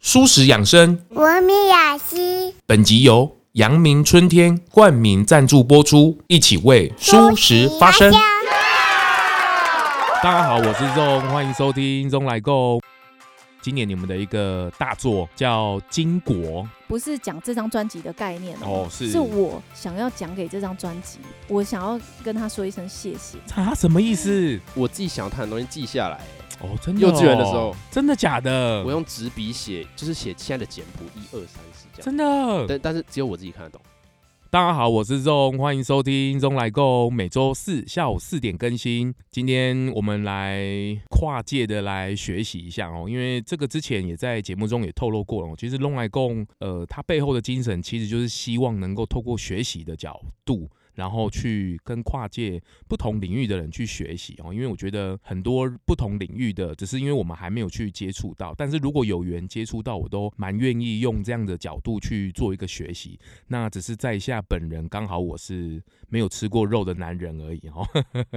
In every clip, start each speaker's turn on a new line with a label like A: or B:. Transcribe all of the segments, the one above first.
A: 舒适养生。
B: 文明雅集，
A: 本集由阳明春天冠名赞助播出，一起为舒适发声。大家好，我是 Zong，欢迎收听 Zong 来购。今年你们的一个大作叫《金国》，
C: 不是讲这张专辑的概念
A: 哦
C: 哦，
A: 是
C: 我想要讲给这张专辑，我想要跟他说一声谢谢。
A: 啊，什么意思？
D: 我自己想要谈的东西记下来，
A: 哦，真的、
D: 幼稚园的时候，
A: 真的假的？
D: 我用纸笔写，就是写现在的简谱一二三四这样。
A: 真的。
D: 但但是只有我自己看得懂。
A: 大家好，我是 Zong，欢迎收听 Zong 来购，每周四下午四点更新。今天我们来跨界的来学习一下哦，因为这个之前也在节目中也透露过了哦。其实 Zong 来购，呃，它背后的精神其实就是希望能够透过学习哦的角度。然后去跟跨界不同领域的人去学习哦，因为我觉得很多不同领域的，只是因为我们还没有去接触到，但是如果有缘接触到，我都蛮愿意用这样的角度去做一个学习。那只是在下本人刚好我是没有吃过肉的男人而已哦。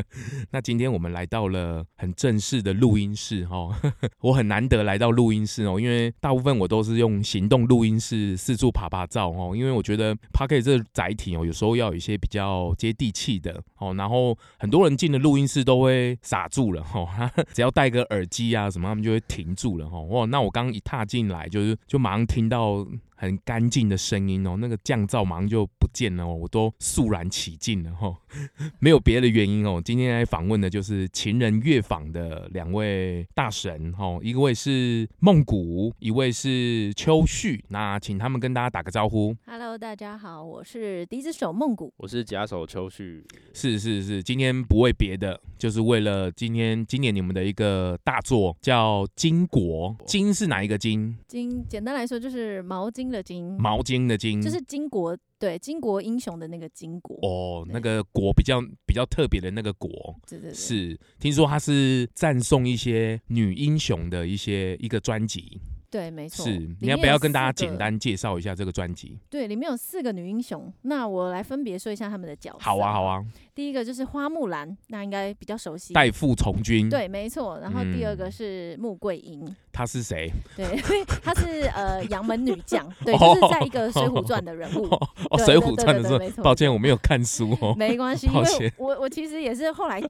A: 那今天我们来到了很正式的录音室哦， 我很难得来到录音室哦，因为大部分我都是用行动录音室四处爬爬照哦，因为我觉得 p o c k e t 这个载体哦，有时候要有一些比较接地气的哦，然后很多人进了录音室都会傻住了哦， 只要戴个耳机啊什么，他们就会停住了哦。哇，那我刚一踏进来，就是就马上听到很干净的声音哦，那个降噪马上就不见了哦，我都肃然起敬了哦。 没有别的原因哦。今天来访问的就是情人乐坊的两位大神哦，一位是梦谷，一位是秋旭。那请他们跟大家打个招呼。
C: Hello，大家好，我是笛子手梦谷。
D: 我是假手 秋旭，
A: 是是是，今天不为别的，就是为了今天今年你们的一个大作叫《巾帼》，巾是哪一个巾？
C: 巾，简单来说就是毛巾的巾，
A: 毛巾的巾，
C: 就是巾帼，对，巾帼英雄的那个巾帼。
A: 哦，
C: 对
A: 那个国比较比较特别的那个国。
C: 对对对，
A: 是，听说它是赞颂一些女英雄的一些一个专辑，
C: 对，没错。
A: 是
C: 里，
A: 你要
C: 面
A: 不要
C: 有
A: 跟大家
C: 四个
A: 简？单介绍一下这个专辑？
C: 对，里面有四个女英雄，那我来分别说一下她们的角色。
A: 好啊，好。啊，
C: 第一个就是花木兰，那应该比较熟悉。
A: 代父从军，，
C: 对，没错。然后第二
A: 嗯
C: 个是穆桂英，
A: 他是谁？
C: 对，她是呃杨门女将，对，
A: 哦
C: 就是在一个《水浒传》的人物。
A: 哦， 哦
C: 对
A: 水浒
C: 对
A: 传》的
C: 对
A: 时
C: 对没
A: 候，
C: 错
A: 抱歉，我没有看书 哦。
C: 没关系，因
A: 抱歉
C: 为我我其实也是后来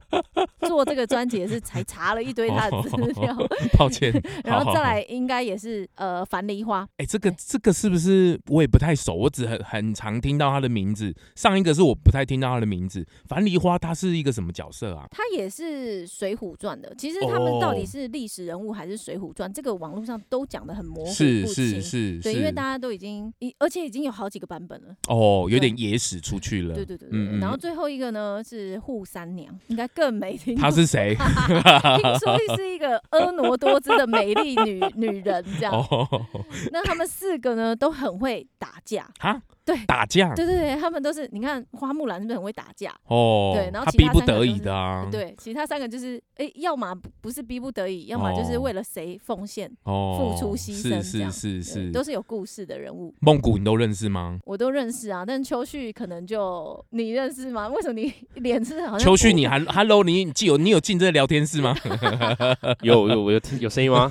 C: 做这个专辑也是才查了一堆她的资料，
A: 抱歉，
C: 然
A: 好
C: 后
A: 好
C: 再
A: 好
C: 来应该也是呃樊梨花，
A: 哎，这个这个是不是我也不太熟？我只很很常听到他的名字。上一个是我不太听到他的名字，樊梨花，她是一个什么角色啊？
C: 她也是《水浒传》的。其实他们到
A: 哦
C: 底是历史人物还是《水浒传》，这个网络上都讲的很模糊
A: 是
C: 不
A: 是
C: 清。
A: 是
C: 对，因为大
A: 是，
C: 家都已经，一而且已经有好几个版本了。
A: 哦，有
C: 对
A: 点野史出去了。
C: 对对对对。
A: 嗯嗯
C: 然后
A: 嗯
C: 最后一个呢是扈三娘，应该更没听过。
A: 她是 谁？
C: 听说是一个婀娜多姿的美丽女女人这样。
A: 哦，
C: 那他们四个呢都很会打架，
A: 哈，
C: 对
A: 打架，
C: 对对对，他们都是你看花木兰是不是很会打架？
A: 哦，
C: 对然后
A: 他
C: 其
A: 逼
C: 他
A: 不
C: 三个
A: 得
C: 都
A: 已
C: 是
A: 的啊，，
C: 对，其他三个就是哎，要么不不是逼不得已，要么就是
A: 哦
C: 为了谁奉献，
A: 哦，
C: 付出牺牲这
A: 是
C: 样
A: 是
C: 对
A: 是
C: 都
A: 是。
C: 是有故事的人物。
A: 梦谷你都认识吗？
C: 我都认识啊，但秋旭可能就你认识吗？为什么你脸是好像
A: 秋旭，
C: 不
A: 你还 Hello，你你有你有进这个聊天室吗？
D: 有有我有听有声音吗？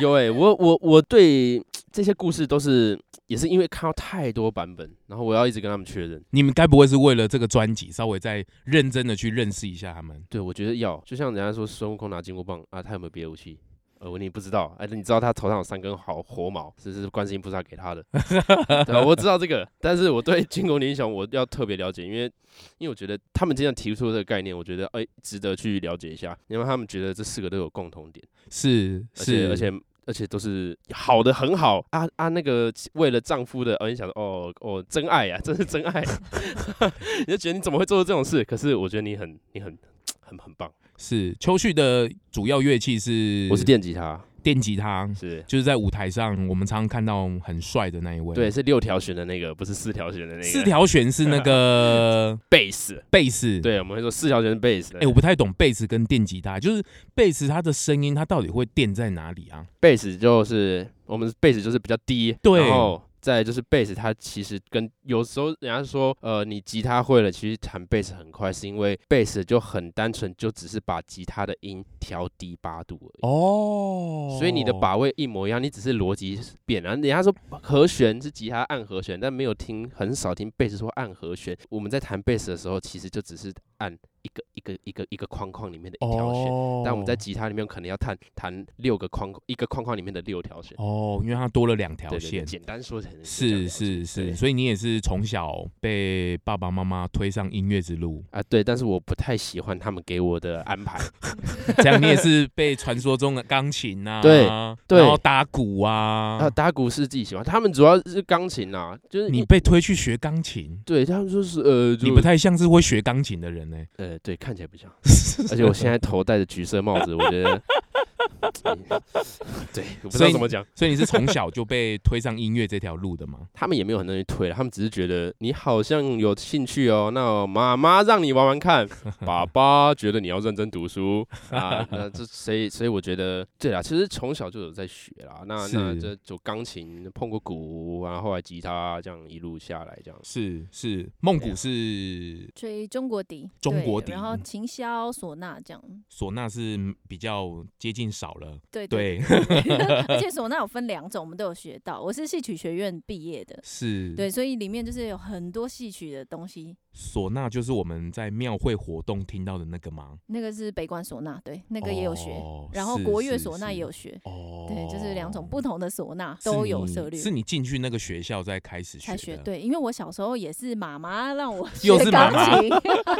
D: 有哎、我我我对这些故事都是也是因为看到太多版本，然后我要一直跟他们确认。
A: 你们该不会是为了这个专辑稍微再认真的去认识一下他们？
D: 对，我觉得要就像人家说孙悟空拿金箍棒啊，他有没有别的武器？呃，我你不知道，哎、你知道他头上有三根好活毛，这是观世音菩萨给他的。对啊，我知道这个，但是我对金国联想我要特别了解，因为因为我觉得他们经常提出这个概念，我觉得哎、值得去了解一下，因为他们觉得这四个都有共同点，
A: 是
D: 而且
A: 是，
D: 而且而且都是好的很好啊啊，那个为了丈夫的，哦，你想说哦哦真爱啊， 真是真爱，你就觉得你怎么会做出这种事？可是我觉得你很你很很很棒，
A: 是秋旭的主要乐器是
D: 我是电吉他，
A: 电吉他，
D: 是。
A: 就是在舞台上我们常常看到很帅的那一位。
D: 对，，是六条弦的那个，不是四条弦的那个。
A: 四条弦是那 个
D: 贝斯，
A: 贝斯。。
D: 对，我们会说四条弦是贝斯。
A: 哎、我不太懂贝斯跟电吉他，就是贝斯它的声音，它到底会电在哪里啊？
D: 贝斯就是我们贝斯就是比较低，
A: 对
D: 然后再来就是贝斯，它其实跟有时候人家说，呃，你吉他会了，其实弹贝斯很快，是因为贝斯就很单纯，就只是把吉他的音调低八度而已。
A: 哦，
D: 所以你的把位一模一样，你只是逻辑变了。人家说和弦是吉他按和弦，但没有听很少听贝斯说按和弦。我们在弹贝斯的时候，其实就只是按一个一个一个一个框框里面的一条弦，
A: 哦，
D: 但我们在吉他里面可能要弹弹六个框一个框框里面的六条弦。
A: 哦，因为它多了两条
D: 对对对，
A: 线。
D: 简单说成
A: 是是
D: 对
A: 是，所以你也是从小被爸爸妈妈推上音乐之路，
D: 啊，对，但是我不太喜欢他们给我的安排。
A: 这样你也是被传说中的钢琴啊，
D: 对对
A: 然后打鼓啊，
D: 啊，打鼓是自己喜欢，他们主要是钢琴啊，就是
A: 你
D: 一
A: 被推去学钢琴，
D: 对他们说是呃，
A: 你
D: 就
A: 不太像是会学钢琴的人呢、
D: 呃，对，看起来不像。 而且我现在头戴着橘色帽子，我觉得，对，我不知
A: 所
D: 道
A: 以
D: 怎么讲。
A: 所以你是从小就被推上音乐这条路的吗？
D: 他们也没有很认真推了，他们只是觉得你好像有兴趣哦，那妈妈让你玩玩看，爸爸觉得你要认真读书 啊，那这所以所以我觉得对啊啦，其实从小就有在学啦，那 那
A: 是
D: 这就钢琴碰过鼓，然后后来吉他这样一路下来 这样。
A: 是是，梦
D: 对
A: 鼓
D: 啊
A: 是
C: 吹中国笛，
A: 中
C: 对
A: 国笛
C: 然后琴箫、唢呐这样。
A: 唢呐是比较接近少了，
C: 对
A: 对，
C: 而且唢呐有分两种，我们都有学到。我是戏曲学院毕业的，
A: 是
C: 对，所以里面就是有很多戏曲的东西。
A: 唢呐就是我们在庙会活动听到的那个吗？
C: 那个是北管唢呐，对，那个也有学。
A: 哦
C: 然后
A: 是
C: 国乐
A: 是
C: 唢呐
A: 是
C: 也有学，
A: 哦，
C: 对，就是两种不同的唢呐
A: 是
C: 都有
A: 你
C: 涉略。
A: 是你进去那个学校再开始学
C: 才
A: 的？
C: 学对，因为我小时候也是妈妈让 我
A: 又
C: 学
A: 是妈
C: 钢
A: 妈
C: 琴，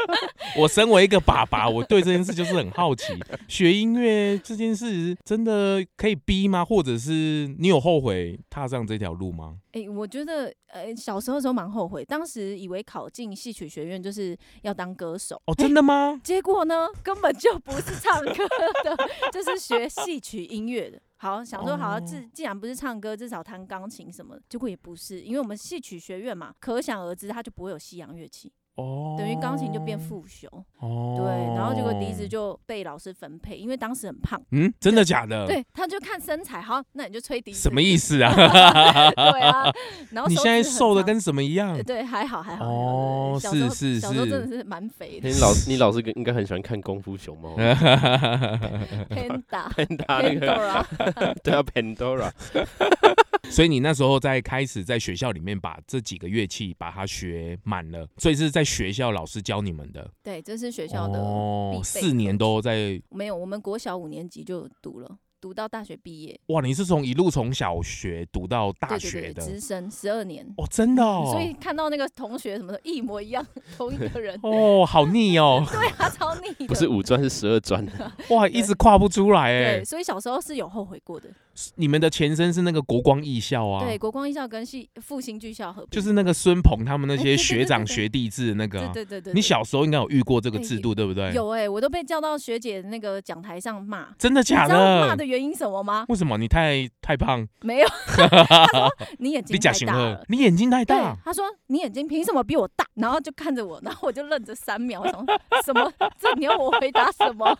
A: 我身为一个爸爸，我对这件事就是很好奇。学音乐这件事真的可以逼吗？或者是你有后悔踏上这条路吗？
C: 哎、我觉得呃，小时候的时候蛮后悔，当时以为考进戏曲学院就是要当歌手，
A: 哦，真的吗？
C: 结果呢，根本就不是唱歌的，就是学戏曲音乐的。 好，想说好，
A: 哦
C: 既既然不是唱歌，至少弹钢琴什么的。结果也不是，因为我们戏曲学院嘛，可想而知，它就不会有西洋乐器，
A: 哦，
C: 等于钢琴就变副修。
A: 哦，
C: 对，然后结果笛子就被老师分配，因为当时很胖，
A: 嗯，真的假的？，
C: 对，他就看身材，好，那你就吹笛子。
A: 什么意
C: 思？
A: 思啊？
C: 对啊，然 后
A: 你
C: 手
A: 现在
C: 指很
A: 瘦的
C: 长
A: 跟什么一样
C: 呃？对，还好还好。还好
A: 哦
C: 对对对
A: 是是
C: 小时候小时候
A: 是
C: 真的是蛮肥 的
D: 你老你老师应该很喜欢看《功夫熊猫》，
C: ，panda。
D: 他那个
C: Pandora
D: 对啊，Pandora，
A: 所以你那时候在开始在学校里面把这几个乐器把它学满了，所以是在学校老师教你们的。
C: 对，这是学校的必
A: 哦
C: 备，
A: 四年都在
C: 没有，我们国小五年级就读了，读到大学毕业，
A: 哇！你是从一路从小学读到大
C: 对
A: 学
C: 对对，
A: 的
C: 直升十二年，
A: 哦，真的哦，，
C: 所以看到那个同学什么的，一模一样，同一个人
A: 哦，好腻哦，
C: 对啊，超腻的。
D: 不是五专是十二专，
A: 哇，一直跨不出来哎
C: 对，。所以小时候是有后悔过的。
A: 你们的前身是那个国光艺校啊，
C: 对，国光艺校跟系复兴剧校合并，
A: 就是那个孙鹏他们那
C: 哎
A: 些
C: 对对
A: 学
C: 对
A: 长
C: 对
A: 学弟制的那个
C: 对
A: 啊。
C: 对对对。
A: 你
C: 对
A: 小时候应该有遇过这个
C: 哎
A: 制度，对不对？
C: 有哎、我都被叫到学姐那个讲台上骂，
A: 真的
C: 你
A: 假
C: 知道
A: 的
C: 骂的？原因什么吗？
A: 为什么你太太胖？
C: 没 有，他说你眼睛
A: 你假
C: 太
A: 型
C: 大
A: 了
C: 了，。
A: 你眼睛太
C: 对
A: 大，，
C: 他说你眼睛凭什么比我大？ 然后就看着我，然后我就愣着三秒，我想说什么？ 这你要我回答什么？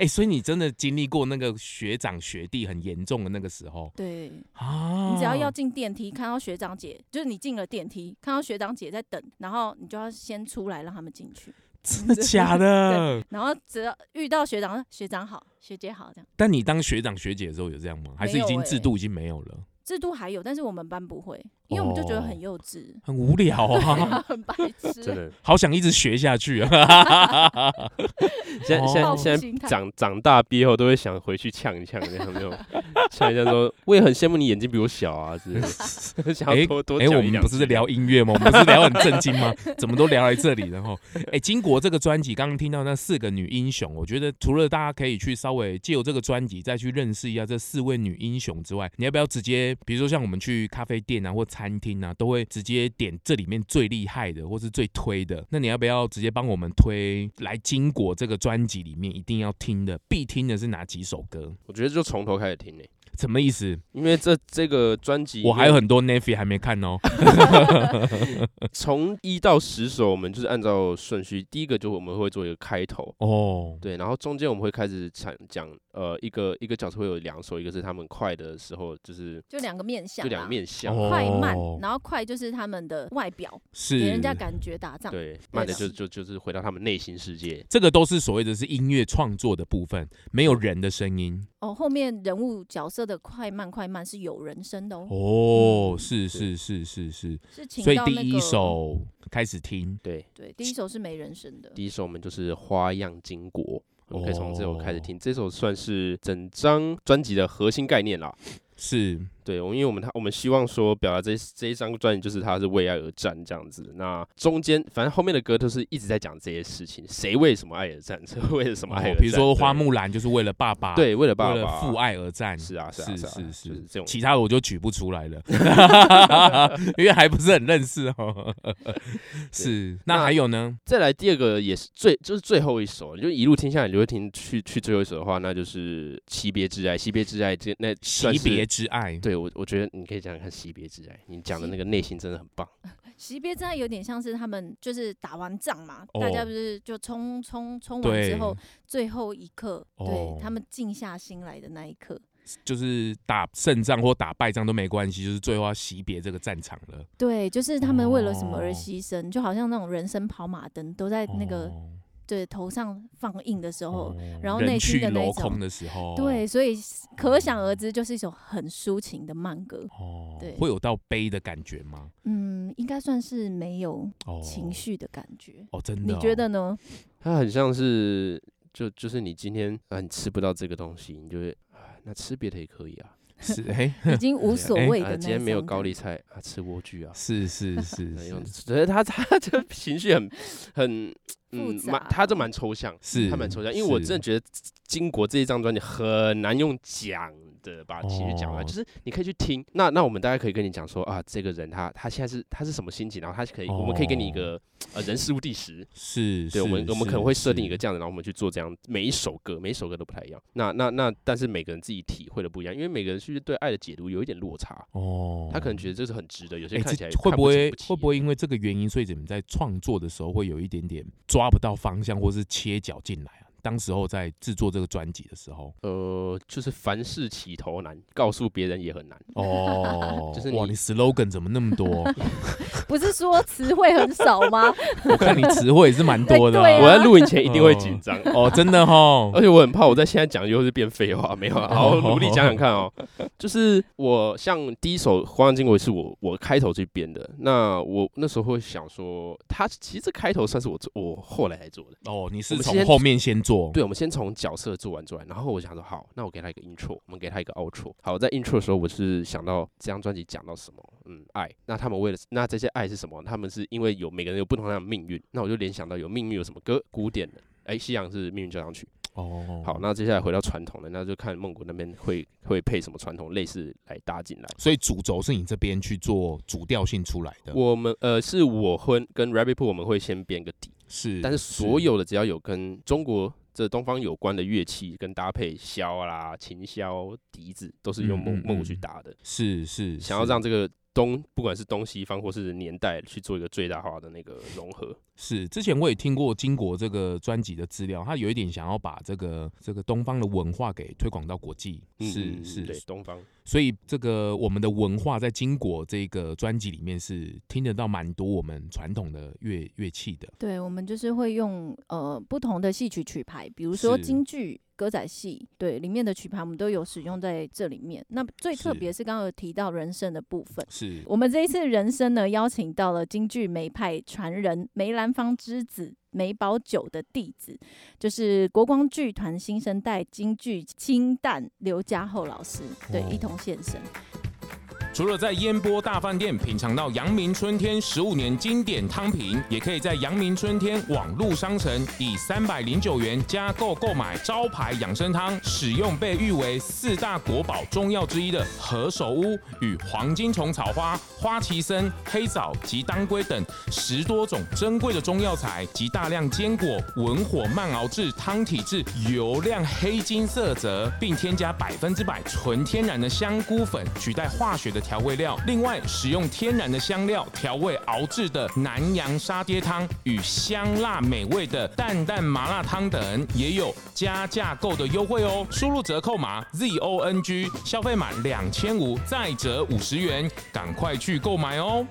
A: 哎、所以你真的经历过那个学长学弟很严重的那个时候
C: 对
A: 啊。
C: 你只要要进电梯，看到学长姐，就是你进了电梯，看到学长姐在等，然后你就要先出来让他们进去，
A: 真 的假的？
C: 然后只要遇到学长，学长好，学姐好这样。
A: 但你当学长学姐的时候有这样吗？还是
C: 没
A: 已
C: 有
A: 经
C: 欸
A: 制度已经没有了，
C: 制度还有，但是我们班不会，因为我们就觉得很幼稚，
A: 很无 聊啊，
C: 很白
D: 哦真
C: 痴。
D: 的。
A: 好想一直学下去啊。
D: 现在现
A: 哦
D: 在现
C: 心
D: 在
C: 态
D: 长长大毕业后都会想回去呛一呛， 这样有没有？呛一下说，我也很羡慕你眼睛比我小啊，之类 的，想要多多
A: 哎、
D: 讲一
A: 我
D: 两
A: 们不
D: 句
A: 是在 聊音乐吗？我们不是聊很正经吗？ 怎么都聊来这里了吼，然后，哎，金国这个专辑，刚刚听到那四个女英雄，我觉得除了大家可以去稍微借由这个专辑再去认识一下这四位女英雄之外，你要不要直接，比如说像我们去咖啡店啊或餐厅啊，都会直接点这里面最厉害的或是最推的？那你要不要直接帮我们推来金国这个专辑里面一定要听的、必听的是哪几首歌？
D: 我觉得就从头开始听诶、欸
A: 什么意思？
D: 因为这这个专辑里面，
A: 我还有很多 Navy 还没看哦。
D: 从一到十首，我们就是按照顺序，第一个就我们会做一个开头，
A: 哦，
D: 对，然后中间我们会开始讲讲，呃，一个一个角色会有两首，一个是他们快的时候，就是
C: 就两个面相
D: 就
C: 啦，
D: 两面相，
A: 哦
C: 快慢
A: 哦，
C: 然后快就是他们的外表，
A: 是
C: 给人家感觉打仗。
D: 对，慢的
C: 的
D: 就就就是回到他们内心世界，
A: 这个都是所谓的是音乐创作的部分，没有人的声音。
C: 哦，后面人物角色的快慢快慢是有人声的哦，
A: 哦，
C: 嗯
A: 是是是是是，
C: 是请
A: 所以
C: 到
A: 第
C: 那
A: 一
C: 个，
A: 首开始听。
D: 对，
C: 对，第一首是没人声的。
D: 第一首我们就是《花样金国》，我们可以从这首开始
A: 哦
D: 听。这首算是整张专辑的核心概念啦。
A: 是
D: 对，我们因为我们他我们希望说表达这这一张专辑就是他是为爱而战这样子。那中间反正后面的歌都是一直在讲这些事情，谁为什么爱而战， 谁为了什么爱而
A: 哦
D: 战。
A: 比如说
D: 对
A: 花，木兰就是为了爸爸，，
D: 对，为了爸
A: 为了
D: 爸，
A: 父。爱而战。
D: 是啊，是啊，
A: 是
D: 是啊
A: 是
D: 就是是这种。
A: 其他的我就举不出 来了，因为还不是很认识 哦。是，那
D: 那
A: 还有呢？
D: 再来第二个也是最就是最后一首，你就一路听下来，你就会听去去最后一首的话，那就是《惜别之爱》。惜别之爱这那
A: 惜
D: 算是
A: 别之爱，
D: 对我，我觉得你可以讲讲看《惜别之爱》，你讲的
C: 惜
D: 那个内心真的很棒。
C: 惜别战有点像是他们就是打完仗嘛，
A: 哦
C: 大家不是就冲冲冲完
A: 对
C: 之后，最后一刻，
A: 哦
C: 对他们静下心来的那一刻，
A: 就是打胜仗或打败仗都没关系，就是最后要惜别这个战场了。
C: 对，就是他们为了什么而
A: 哦
C: 牺牲，就好像那种人生跑马灯都在那个、
A: 哦
C: 对头上放映的时候，
A: 哦
C: 然后
A: 人
C: 内心
A: 去
C: 的那
A: 楼
C: 种
A: 空的时候，
C: 对，所以可想而知，就是一首很抒情的慢歌。
A: 哦
C: 对
A: 会有到悲的感觉吗？
C: 嗯，应该算是没有
A: 哦，
C: 情绪的感觉。
A: 哦，真的哦、
C: 你觉得 呢？
D: 它很像是，就就是你今天啊，你吃不到这个东西，你就会啊，那吃别的也可以啊。
A: 是？哎、
C: 已经无所
A: 哎
C: 谓的那
D: 啊，
C: 一
D: 今天没有
C: 种
D: 高
C: 感
D: 丽
C: 觉，
D: 菜啊，吃莴苣啊。
A: 是是是
D: 对，用
A: 是
D: 只是他 他这情绪很很嗯
C: 复，
D: 蛮
C: 杂
D: 他这蛮抽象，
A: 是
D: 他蛮抽象，因为我
A: 是
D: 真的觉得金国这一张专辑很难用讲的把情绪讲完，
A: 哦
D: 就是你可以去听，那那我们大概可以跟你讲说啊，这个人他他现在是他是什么心情，然后他可以我们可以给你一
A: 哦
D: 个呃人事物地时，
A: 是，
D: 对，我们
A: 是
D: 我们可
A: 是
D: 能会设定一个
A: 是
D: 这样的，然后我们去做这样，每一首歌每一首歌都不太一样。那那那，但是每个人自己体会的不一样，因为每个人其实对爱的解读有一点落差。
A: 哦，
D: 他可能觉得这是很值得，有些
A: 哎
D: 看
A: 这
D: 起来
A: 会
D: 看
A: 不
D: 起
A: 会
D: 不起
A: 会不会因为这个原因，所以你们在创作的时候会有一点点抓不到方向，或是切角进来啊？当时候在制作这个专辑的时 候，
D: 呃，就是凡事起头难，告诉别人也很难。
A: 哦
D: 就是
A: 哇，
D: 你
A: 你 slogan 怎么那么 多？
C: 不是说词汇很少吗？
A: 我看你词汇也是蛮多的、
C: 对啊
D: 我在录影前一定会紧张，
A: 哦，真的哈
D: 而，且我很怕我在现在讲又是变废话，没有啊，好努力讲讲看哦。就是我像第一首《花样金国》是我我开头去编的，那我那时候会想说，它其实这开头算是我做我后来才做的。
A: 哦，你是
D: 我们
A: 从
D: 先
A: 后面先做，
D: 对，我们先从角色做完做完，然后我想说，好，那我给他一个 intro，我们给他一个 outro。好，在 intro 的时候，我是想到这张专辑讲到什么，嗯，爱。那他们为了那这些爱是什么？他们是因为有每个人有不同的命运，那我就联想到有命运有什么歌，古典的，哎，西洋是命运交响曲。
A: 哦，
D: 好，那接下来回到传统的，那就看蒙古那边会会配什么传统类似来搭进来。
A: 所以主轴是你这边去做主调性出来的，
D: 我们呃是我婚跟 Rabbit Pool 我们会先编个底，
A: 是，
D: 但是所有的只要有跟中国这东方有关的乐器跟搭配，箫啦、琴箫、笛子，都是用
A: 嗯
D: 蒙
A: 嗯
D: 蒙古去
A: 嗯
D: 搭的。
A: 是是
D: 想要让这个东，不管是东西方或是年代，去做一个最大化的那个融合。
A: 是，之前我也听过金国这个专辑的资料，他有一点想要把这个这个东方的文化给推广到国际，
D: 嗯
A: 是
D: 嗯对
A: 是，
D: 东方。
A: 所以这个我们的文化在金国这个专辑里面是听得到蛮多我们传统的乐乐器的，
C: 对，我们就是会用呃不同的戏曲曲牌，比如说
A: 是
C: 京剧、歌仔戏，对里面的曲牌我们都有使用在这里面。那最特
A: 是
C: 别是刚刚有提到人声的部分。
A: 是
C: 我们这一次人声呢，邀请到了京剧梅派传人梅兰芳之子梅葆玖的弟子，就是国光剧团新生代京剧清旦刘家厚老师，对，
A: 哦
C: 一同现身。
A: 除了在烟波大饭店品尝到阳明春天十五年经典汤品，也可以在阳明春天网络商城以三百零九元加购购买招牌养生汤，使用被誉为四大国宝中药之一的何首乌与黄金虫草花、花旗参、黑枣及当归等十多种珍贵的中药材及大量坚果，文火慢熬制汤体至油亮黑金色泽，并添加百分之百纯天然的香菇粉取代化学的调味料。另外，使用天然的香料调味熬制的南洋沙爹汤与香辣美味的淡淡麻辣汤等，也有加价购的优惠哦。输入折扣码 ZONG，消费满两千五再折五十元，赶快去购买哦。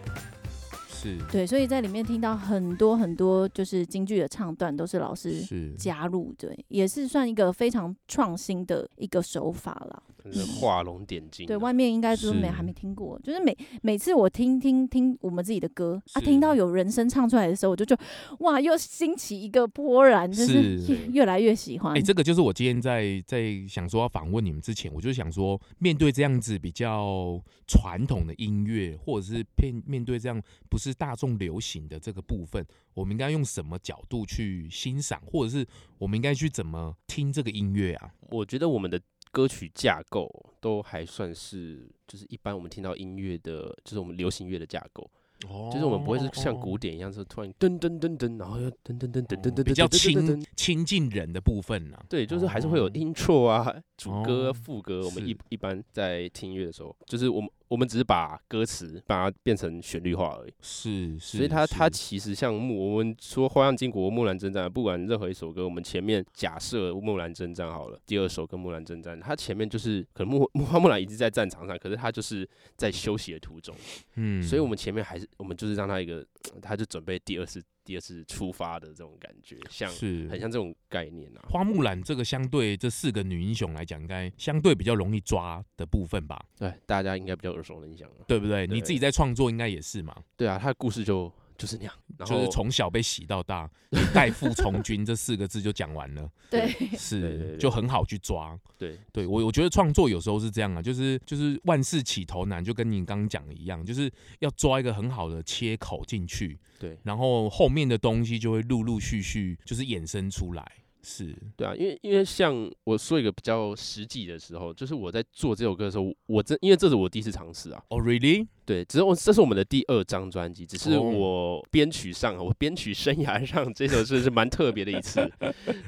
A: 是
C: 对，所以在里面听到很多很多就是京剧的唱段，都是老师
A: 是
C: 加入，对，也是算一个非常创新的一个手法啦。
D: 真是画龙点睛啊。
C: 对外面应该就是没
A: 是
C: 还没听过，就是每每次我听听听我们自己的歌啊，
A: 是
C: 听到有人声唱出来的时候，我就就哇，又兴起一个波澜，就是
A: 是
C: 越越来越喜欢。
A: 哎、这个就是我今天在在想说要访问你们之前，我就想说，面对这样子比较传统的音乐，或者是面面对这样不是大众流行的这个部分，我们应该用什么角度去欣赏，或者是我们应该去怎么听这个音乐啊？
D: 我觉得我们的歌曲架构都还算是，就是一般我们听到音乐的，就是我们流行乐的架构，
A: 哦
D: 就是我们不会是像古典一样，是突然噔噔噔噔，然后又噔噔噔噔噔噔噔，
A: 哦嗯比较
D: 噔噔噔噔
A: 亲亲近人的部分呢、啊。
D: 对，就是还是会
A: 哦
D: 有 intro 啊、主歌、
A: 哦
D: 副歌。我们
A: 是
D: 一一般在听音乐的时候，就是我们我们只是把歌词把它变成旋律化而已。
A: 是是，
D: 所以它它
A: 是
D: 其实像木，我们说《花样金国》《木兰征战》，不管任何一首歌，我们前面假设《木兰征战》好了，第二首跟《木兰征战》，它前面就是可能木木花木兰已经在战场上，可是它就是在休息的途中，
A: 嗯
D: 所以我们前面还是我们就是让它一个，它就准备第二次第二次出发的这种感觉，像
A: 是
D: 很像这种概念啊。
A: 花木兰这个相对这四个女英雄来讲，应该相对比较容易抓的部分吧，
D: 对，大家应该比较耳熟能详了。
A: 对不对？
D: 对
A: 你自己在创作应该也是嘛，
D: 对啊，他的故事就就是那样，然
A: 就是
D: 后
A: 从小被洗到大，你代父从军 这四个字就讲完了，
C: 对，
A: 是
D: 对对对
A: 就很好去抓。
D: 对
A: 对我，我觉得创作有时候是这样啊，就是就是万事起头难，就跟你刚刚讲的一样，就是要抓一个很好的切口进去，
D: 对
A: 然后后面的东西就会陆陆续续就是衍生出来。是
D: 对啊，因为因为像我说一个比较实际的时候，就是我在做这首歌的时候，我真因为这是我第一次尝试啊，
A: 哦、r e a l l y
D: 对，只是我这是我们的第二张专辑，只是
A: 哦
D: 我编曲上啊，我编曲生涯上这首是是蛮特别的一 次，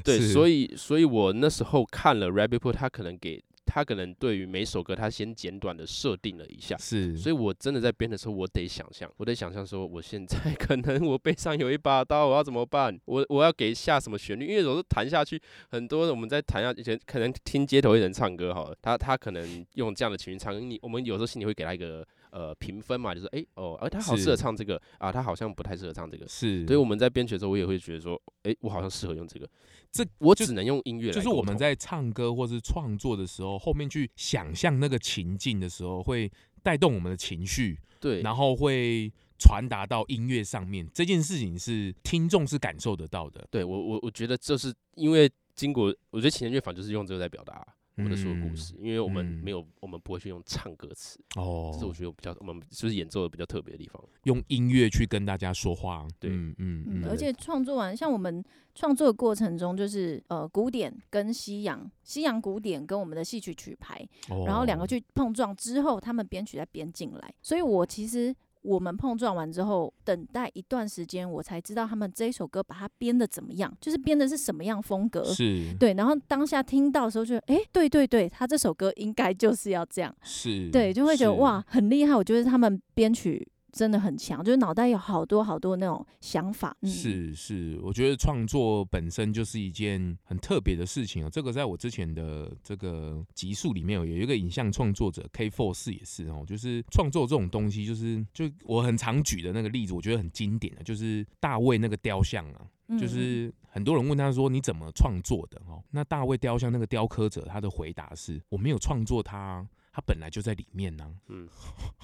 D: 对，
A: 是
D: 所以所以我那时候看了 Rabbit p o o 他可能给他可能对于每首歌他先简短的设定了一下，
A: 是，
D: 所以我真的在编的时候，我得想象，我得想象说，我现在 可能我背上有一把刀，我要怎么办？我我要给下什么旋律？因为有时候弹下去，很多我们在弹下以前，可能听街头艺人唱歌好了，他他可能用这样的情绪唱，你我们有时候心里会给他一个呃评分嘛，就是哎、哦，哎、他好适合
A: 是
D: 唱这个啊，他好像不太适合唱这个。
A: 是，
D: 所以我们在编曲的时候，我也会觉得说，哎、我好像适合用这个，
A: 这
D: 我
A: 就
D: 只能用音乐来
A: 就是
D: 沟
A: 我们
D: 通
A: 在唱歌或是创作的时候，后面去想象那个情境的时候，会带动我们的情绪，
D: 对
A: 然后会传达到音乐上面。这件事情是听众是感受得到的。
D: 对我我我觉得这是因为经过，我觉得情人乐坊就是用这个在表达啊我的所有故
A: 嗯
D: 事，因为我们
A: 嗯
D: 没有，我们不会去用唱歌词，这是我
A: 哦，
D: 觉得比较我们就是演奏的比较特别的地方。
A: 用音乐去跟大家说话。
D: 对
A: 嗯嗯
C: 嗯，而且创作完，像我们创作的过程中，就是呃古典跟西洋，西洋古典跟我们的戏曲曲牌，
A: 哦
C: 然后两个
A: 就
C: 去碰撞之后，他们编曲再编进来。所以我其实我们碰撞完之后，等待一段时间，我才知道他们这一首歌把它编的怎么样，就是编的是什么样风格。
A: 是
C: 对，然后当下听到的时候就，哎，对对对，他这首歌应该就是要这样。
A: 是，
C: 对，就会觉得
A: 是
C: 哇，，很厉害。我觉得他们编曲真的很强，就是脑袋有好多好多那种想法。嗯、，
A: 是是，我觉得创作本身就是一件很特别的事情哦。这个在我之前的这个集数里面哦，有一个影像创作者 K Four 四也是哦，就是创作这种东西，就是就我很常举的那个例子，我觉得很经典的，就是大卫那个雕像啊，
C: 嗯
A: 就是很多人问他说你怎么创作的哦？那大卫雕像那个雕刻者他的回答是我没有创作它啊，它本来就在里面呢、
D: 嗯，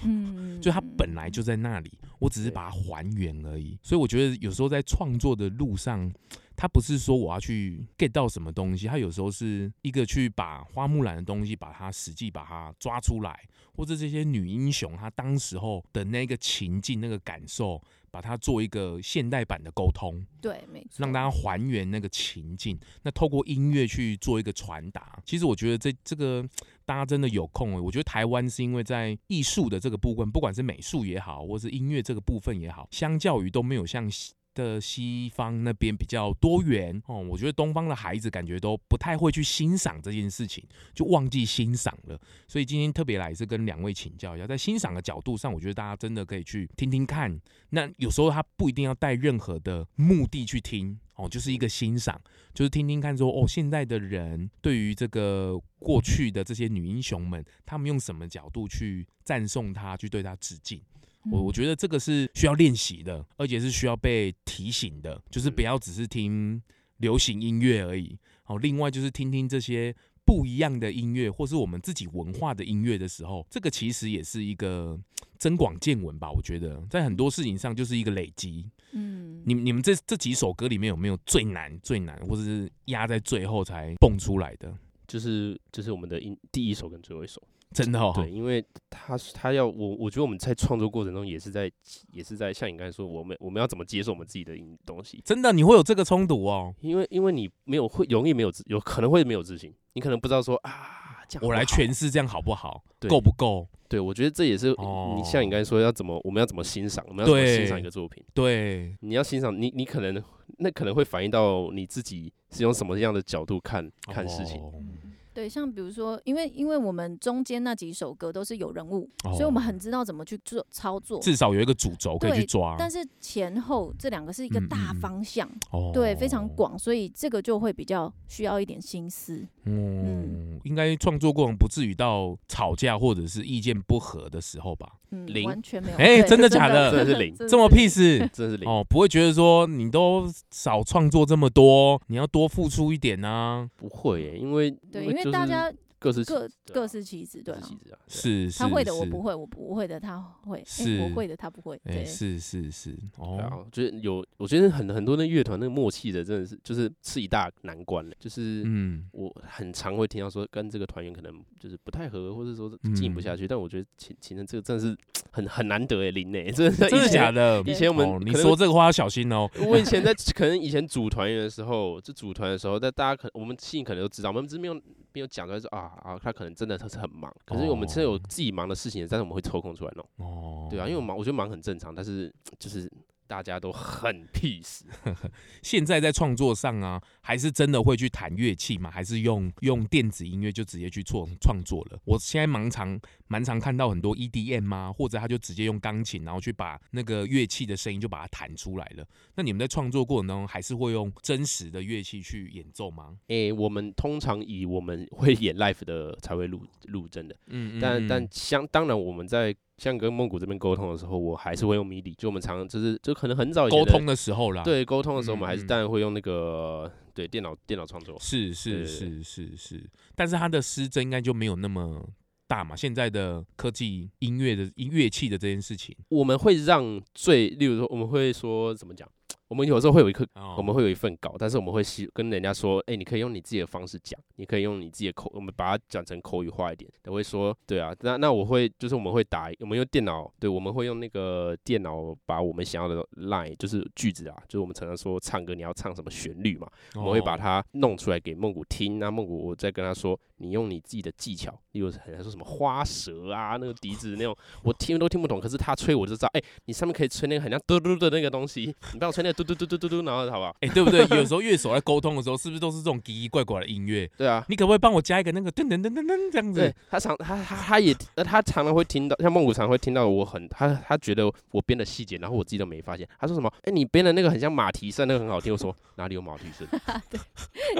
C: 嗯
A: 就它本来就在那里，我只是
D: 对
A: 把它还原而已。所以我觉得有时候在创作的路上，他不是说我要去 get 到什么东西，他有时候是一个去把花木兰的东西，把它实际把它抓出来，或者这些女英雄她当时候的那个情境、那个感受，把它做一个现代版的沟通。
C: 嗯对，没错，
A: 让大家还原那个情境，那透过音乐去做一个传达。其实我觉得这这个大家真的有空、欸，我觉得台湾是因为在艺术的这个部分，不管是美术也好，或是音乐这个部分也好，相较于都没有像西的西方那边比较多元哦。我觉得东方的孩子感觉都不太会去欣赏这件事情，就忘记欣赏了。所以今天特别来是跟两位请教一下，在欣赏的角度上，我觉得大家真的可以去听听看，那有时候他不一定要带任何的目的去听哦，就是一个欣赏，就是听听看说哦，现在的人对于这个过去的这些女英雄们，他们用什么角度去赞颂她，去对她致敬。
D: 嗯
A: 我我觉得这个是需要练习的，而且是需要被提醒的，就是
D: 嗯
A: 不要只是听流行音乐而已。好，另外就是听听这些不一样的音乐，或是我们自己文化的音乐的时候，这个其实也是一个增广见闻吧。我觉得在很多事情上就是一个累积。
C: 嗯，
A: 你你们这这几首歌里面有没有最难最难，或者是压在最后才蹦出来的？
D: 就是就是我们的音第一首跟最后一首，
A: 真的哦，
D: 对，因为他是他要我，我觉得我们在创作过程中也是在也是在像你刚才说，我们我们要怎么接受我们自己的音东西，
A: 真的你会有这个冲突哦。
D: 因为因为你没有会容易没有自有可能会没有自信，你可能不知道说啊，这样
A: 我来
D: 劝，
A: 诠释这样好不好？
D: 对
A: 够不够？
D: 对我觉得这也是
A: 哦
D: 你像你刚才说要怎么我们要怎么欣赏，我们要怎么
A: 对
D: 欣赏一个作品，
A: 对，
D: 你要欣赏你你可能那可能会反映到你自己是用什么样的角度看看事情，
A: 哦
C: 对，像比如说，因为因为我们中间那几首歌都是有人物，
A: 哦
C: 所以我们很知道怎么去做操作。
A: 至少有一个主轴可以去
C: 对
A: 抓。
C: 但是前后这两个是一个
A: 嗯嗯
C: 大
A: 嗯
C: 方向，
A: 哦
C: 对，非常。广，所以这个就会比较需要一点心思。
A: 嗯，应该创作过程不至于到吵架或者是意见不合的时候吧？
C: 嗯，
D: 零
C: 完全没有。
A: 哎
C: 对
A: 真的假的
D: 真的是零
C: 真的
A: 这么
C: 是
A: peace
D: 真的是 零。
A: 哦，不会觉得说你都少创作这么多，你要多付出一点啊。
D: 不会耶，因为
C: 对，因
D: 就
C: 为
D: 是
C: 大家
D: 各司其
C: 各
D: 对啊
C: 各司其职，对啊
D: 各司。其职啊，对
A: 是，是
C: 他会的我不
A: 是
C: 会，我不会的他会，哎，
A: 是
C: 我会的他不会，
A: 哎、
C: 对，
A: 是是是，哦，
D: 然后就是有，啊我觉得很很多那乐团那个默契的，真的是就是是一大难关的，就是。
A: 嗯，
D: 我很常会听到说跟这个团员可能就是不太合，或者说
A: 嗯
D: 进不下去。但我觉得秦秦晨这个真的是很很难得诶，零诶，真的是
A: 真的
D: 以前
A: 假的？
D: 以前我
A: 哦
D: 们
A: 你
D: 可能
A: 说这个话要小心哦。
D: 我以前在可能以前组团员的时候，就组团的时候，但大家可能我们心里可能都知道，我们只是没有没有讲出来说啊啊，他可能真的他是很忙，可是我们真的有自己忙的事情，但是我们会抽空出来弄。
A: 哦，
D: 对啊，因为我忙，我觉得忙很正常，但是就是大家都很 peace，
A: 现在在创作上啊，还是真的会去弹乐器吗？还是用用电子音乐就直接去创创作了？我现在蛮常蛮常看到很多 EDM 啊，或者他就直接用钢琴，然后去把那个乐器的声音就把它弹出来了。那你们在创作过程中，还是会用真实的乐器去演奏吗？
D: 诶、我们通常以我们会演 l i v e 的才会录录真的，
A: 嗯，嗯
D: 但
A: 嗯
D: 但相当然我们在像跟梦谷这边沟通的时候，我还是会用 MIDI，就我们常就是就可能很早以前
A: 沟
D: 的
A: 通的时候啦，，
D: 对沟通的时候，我们还
A: 嗯
D: 是
A: 嗯
D: 当然会用那个对电脑电脑创作。
A: 是是
D: 对
A: 是是是，但是它的失真应该就没有那么大嘛。现在的科技音乐的音乐器的这件事情，
D: 我们会让最，例如说，我们会说怎么讲？我们有时候会有一个，
A: 哦
D: 我们会有一份稿，但是我们会希跟人家说，哎、你可以用你自己的方式讲，你可以用你自己的口，我们把它讲成口语化一点。我会说，对啊，那那我会就是我们会打，我们用电脑，对，我们会用那个电脑把我们想要的 line 就是句子啊，就是我们常常说唱歌你要唱什么旋律嘛，我们会把
A: 它
D: 它弄出来给梦谷听。那梦谷，我再跟他说，你用你自己的技巧，例如很说什么花蛇啊，那个笛子那种，我听都听不懂。可是他吹我就知道，哎、你上面可以吹那个很像嘟嘟的那个东西，你帮我吹那个嘟嘟嘟嘟嘟嘟，然后好不好？
A: 哎、对不对？有时候乐手在沟通的时候，是不是都是这种奇奇怪怪的音乐？
D: 对啊。
A: 你可不可以帮我加一个那个噔噔噔噔噔这样
D: 对
A: 子？
D: 他常他他他也呃他常常会听到，像梦谷常常会听到我很他他觉得我编的细节，然后我自己都没发现。他说什么？哎、你编的那个很像马蹄声，那个很好听。我说哪里有马蹄声？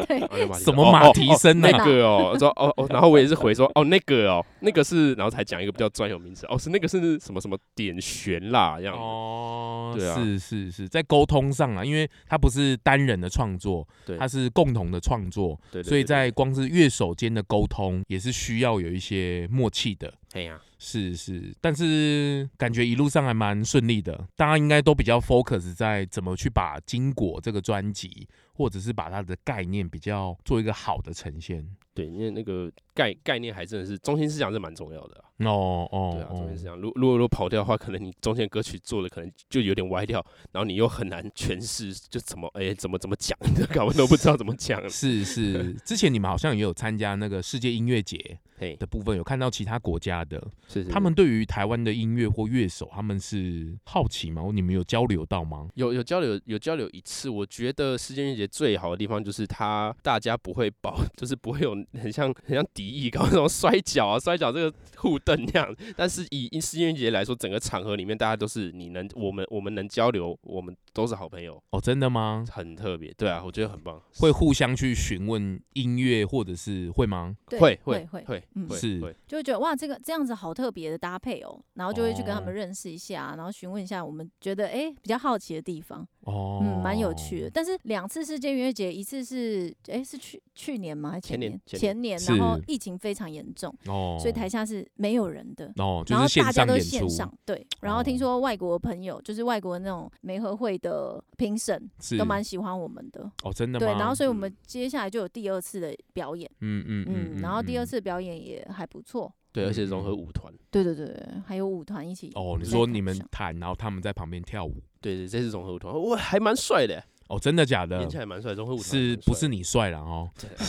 C: 对
D: 哪里有马蹄
A: 什
D: 声
A: 么马蹄声啊
D: 哦哦哦那个哦，我说哦哦哦，然后我也是回说哦那个哦那个是，然后才讲一个比较专有名词哦是那个是什么什么点旋啦这样子。
A: 哦，
D: 对啊
A: 是是是，在沟通上啊，因为它不是单人的创作，
D: 对
A: 它是共同的创作，
D: 对对
A: 所以
D: 对
A: 在光是乐手间的沟通也是需要有一些默契的。
D: 哎呀，
A: 是是，但是感觉一路上还蛮顺利的，大家应该都比较 focus 在怎么去把《金果》这个专辑，或者是把它的概念比较做一个好的呈现。
D: 对，因为那个概概念还真的是中心思想是蛮重要的啊、
A: 哦哦，
D: 对啊，中
A: 哦
D: 心思想，如如果如果跑掉的话，可能你中间歌曲做的可能就有点歪掉，然后你又很难诠释，就怎么哎、怎么怎么讲， 你都搞不都不知道怎么讲。
A: 是是，之前你们好像也有参加那个世界音乐节
D: 嘿，
A: 的部分，有看到其他国家的，
D: 是是
A: 他们对于台湾的音乐或乐手，他们是好奇吗？你们有交流到吗？
D: 有有交流有交流一次，我觉得世界音乐节最好的地方就是它大家不会保，就是不会有很像很像敌意，搞那种摔跤啊摔跤这个互瞪那样。但是以以世界音乐节来说，整个场合里面大家都是你能我们我们能交流，我们都是好朋友，
A: 哦，真的吗？
D: 很特别。对啊，我觉得很棒。
A: 会互相去询问音乐，或者是会吗？
C: 对
D: 会
C: 会
D: 会
C: 会，
D: 会
C: 嗯
D: 会
A: 是
D: 会
C: 就会觉得哇，这个这样子好特别的搭配哦，然后就会去跟他
A: 哦
C: 们认识一下，然后询问一下我们觉得诶比较好奇的地方，
A: 哦，
C: 嗯，蛮有趣的。。但是两次世界音乐节，一次是诶是去去年吗？还是
D: 前
C: 前
D: 年
C: 年？
D: 前
C: 年，
A: 年
C: 然后
A: 是
C: 疫情非常严重，
A: 哦，
C: 所以台下是没有人的。
A: 哦，就
C: 然后
A: 是线
C: 大家
A: 上
C: 都
A: 演
C: 是线
A: 出，
C: 上，对。然后听
A: 哦
C: 说外国朋友，就是外国那种媒合会的评审，
A: 是
C: 都蛮喜欢我们的。
A: 哦，真的吗？
C: 对，然后所以我们
D: 嗯
C: 接下来就有第二次的表演，
A: 嗯嗯嗯
C: 嗯，然后第二
A: 嗯
C: 次表演也还不错。
D: 对，而且
A: 嗯
D: 融合
A: 嗯
D: 舞团，
C: 对对对对，还有舞团一起。
A: 哦，你
C: 在
A: 说
C: 台
A: 你们
C: 上
A: 弹，然后他们在旁边跳舞，
D: 对对，这是融合舞团，我还蛮帅的，
A: 哦，真的假的
D: 演起？来蛮帅，融合舞团
A: 是
D: 蛮帅
A: 不是你帅了哦？
D: 的？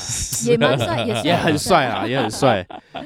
C: 也蛮帅，也
D: 也
C: 也
D: 很帅啊，也很 帅，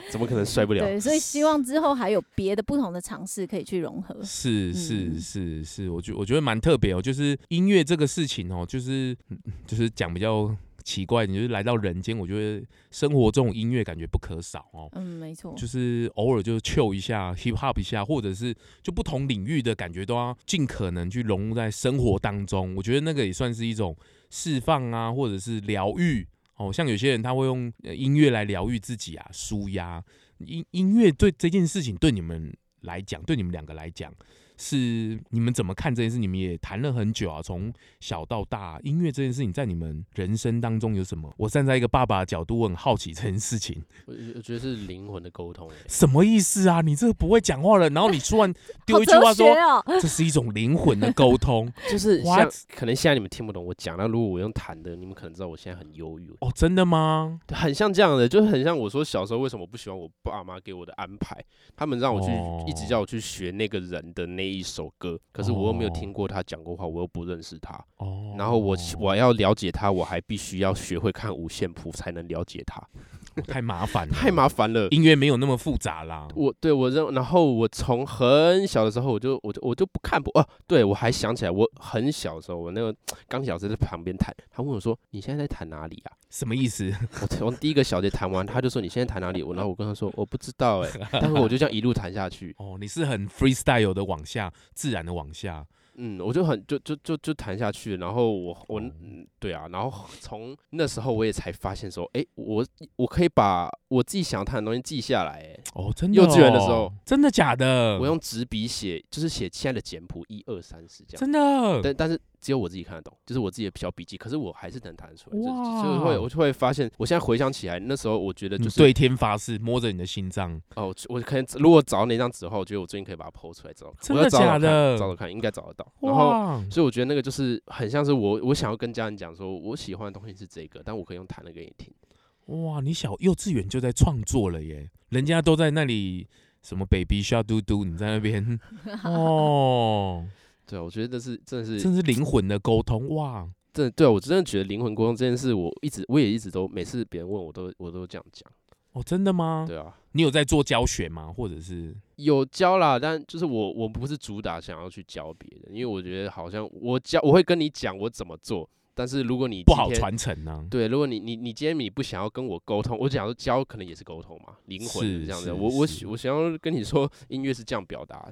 D: 怎么可能帅不了？
C: 对，所以希望之后还有别的不同的尝试可以去融合。
A: 是是
C: 嗯
A: 是是，我觉我觉得蛮特别哦，就是音乐这个事情哦，就是嗯就是讲比较奇怪，你就是来到人间，我觉得生活中音乐感觉不可少哦。
C: 嗯，没错，
A: 就是偶尔就 chill 一下，hip hop 一下，或者是就不同领域的感觉都要尽可能去融入在生活当中。我觉得那个也算是一种释放啊，或者是疗愈。哦，像有些人他会用呃音乐来疗愈自己啊，舒压。音音乐对这件事情对你们来讲，对你们两个来讲，是你们怎么看这件事？你们也谈了很久啊，从小到大，啊音乐这件事情在你们人生当中有什么？我站在一个爸爸的角度，我很好奇这件事情。
D: 我我觉得是灵魂的沟通欸，
A: 什么意思啊？你这个不会讲话了，然后你突然丢一句话
C: 好哲
A: 说，
C: 学哦，
A: 这是一种灵魂的沟 通
D: 就是
A: 像
D: 像可能现在你们听不懂我讲，那如果我用弹的，你们可能知道我现在很忧郁，
A: 哦，真的吗？
D: 很像这样的，就是很像我说小时候为什么不喜欢我爸妈给我的安排，他们让我去、
A: 哦
D: 一直叫我去学那个人的那一首歌，可是我又没有听过他讲过话，我又不认识他，
A: 哦，
D: 然后我我要了解他，我还必须要学会看五线谱才能了解他，
A: 哦太麻烦了，
D: 太麻烦了。
A: 音乐没有那么复杂啦。
D: 我对我认，然后我从很小的时候我就我就我就不看不哦、对我还想起来，我很小的时候，我那个钢琴老师在旁边弹，他问我说：“你现在在弹哪里啊
A: 什么意思？？”
D: 我从第一个小节弹完，他就说：“你现在弹哪里？”我然后我跟他说：“我不知道哎、但是我就这样一路弹下去，
A: 哦，你是很 freestyle 的往下，自然的往下。
D: 嗯，我就很就就就就弹下去，然后我我嗯对啊，然后从那时候我也才发现说，哎、我我可以把我自己想弹的东西记下来、诶
A: 哦，真的、哦。
D: 幼稚园的时候，
A: 真的假的？
D: 我用纸笔写，就是写现在的简谱一二三四这样。
A: 真的
D: 但但是只有我自己看得懂，就是我自己的小笔记，可是我还是能弹出来，就
A: 哇
D: 就会我就会发现，我现在回想起来，那时候我觉得就
A: 你
D: 是
A: 嗯对天发誓，摸着你的心脏。
D: 哦，我可能如果找到那张纸的话，我觉得我最近可以把它剖出来找找看，
A: 真
D: 我
A: 的假
D: 要找找看
A: 的
D: 找找看，应该找得到。然后，
A: 哇，
D: 所以我觉得那个就是很像是我我想要跟家人讲说，我喜欢的东西是这个，但我可以用弹的给你听。
A: 哇，你小幼稚园就在创作了耶，人家都在那里什么 baby 小嘟嘟，你在那边哦，
D: 对啊，我觉得这是真的是
A: 真是灵魂的沟通哇！
D: 真的对啊，我真的觉得灵魂沟通这件事，我一直我也一直都每次别人问我都我都这样讲。
A: 哦，真的吗？
D: 对啊，
A: 你有在做教学吗？或者是
D: 有教啦，但就是我我不是主打想要去教别人，因为我觉得好像我教我会跟你讲我怎么做，但是如果你
A: 不
D: 今
A: 好
D: 天
A: 传承啊呢、
D: 对，如果你你你今天你不想要跟我沟通，我想要教可能也是沟通嘛，灵魂
A: 是
D: 这样子。
A: 是
D: 我我
A: 是
D: 喜我想要跟你说，音乐是这样表达，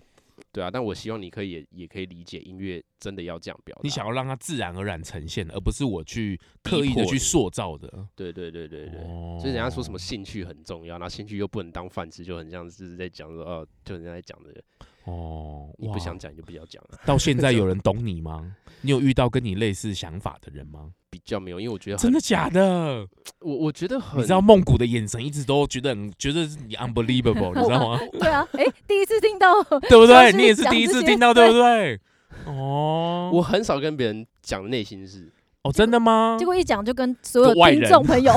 D: 对啊，但我希望你可以也也可以理解，音乐真的要这样表达。
A: 你想要让它自然而然呈现，而不是我去刻意
D: 迫
A: 的去
D: 你
A: 塑造的。
D: 对对对对对，
A: 哦
D: 所以人家说什么兴趣很重要，然后兴趣又不能当饭吃，就很像是在讲说哦，就人家在讲这个，
A: 哦，
D: 你不
A: 哇
D: 想讲你就不要讲啊，
A: 到 现在有人懂你吗？你有遇到跟你类似想法的人吗？
D: 比较没有，因为我觉得
A: 真
D: 很，
A: 的假的？
D: 我我觉得很，
A: 你知道梦谷的眼神一直都觉得很觉得你 unbelievable，你知道吗？
C: 对啊，诶，第一次听到，
A: 对不对？
C: 就是
A: 你也是
C: 讲
A: 第一
C: 这
A: 次
C: 些
A: 听到，对不对？哦，
D: 我很少跟别人讲内心事，
A: 哦，真的吗
C: 结？果一讲就跟所有
A: 外
C: 听
A: 人
C: 众朋友，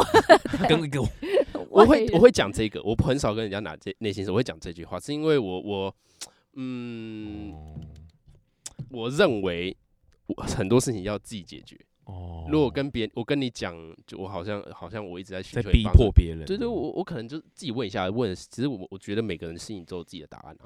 A: 跟一个
D: 我
C: 外
D: 会
C: 人
D: 我会讲这个，我很少跟人家拿这内心事，我会讲这句话，是因为我我嗯，我认为我很多事情要自己解决。
A: 哦，
D: 如果跟别人，我跟你讲，就我好像好像我一直在寻
A: 在
D: 求
A: 逼
D: 帮助
A: 迫别人，哦
D: 对对，我我可能就自己问一下，问其实我我觉得每个人心里都有自己的答案啊，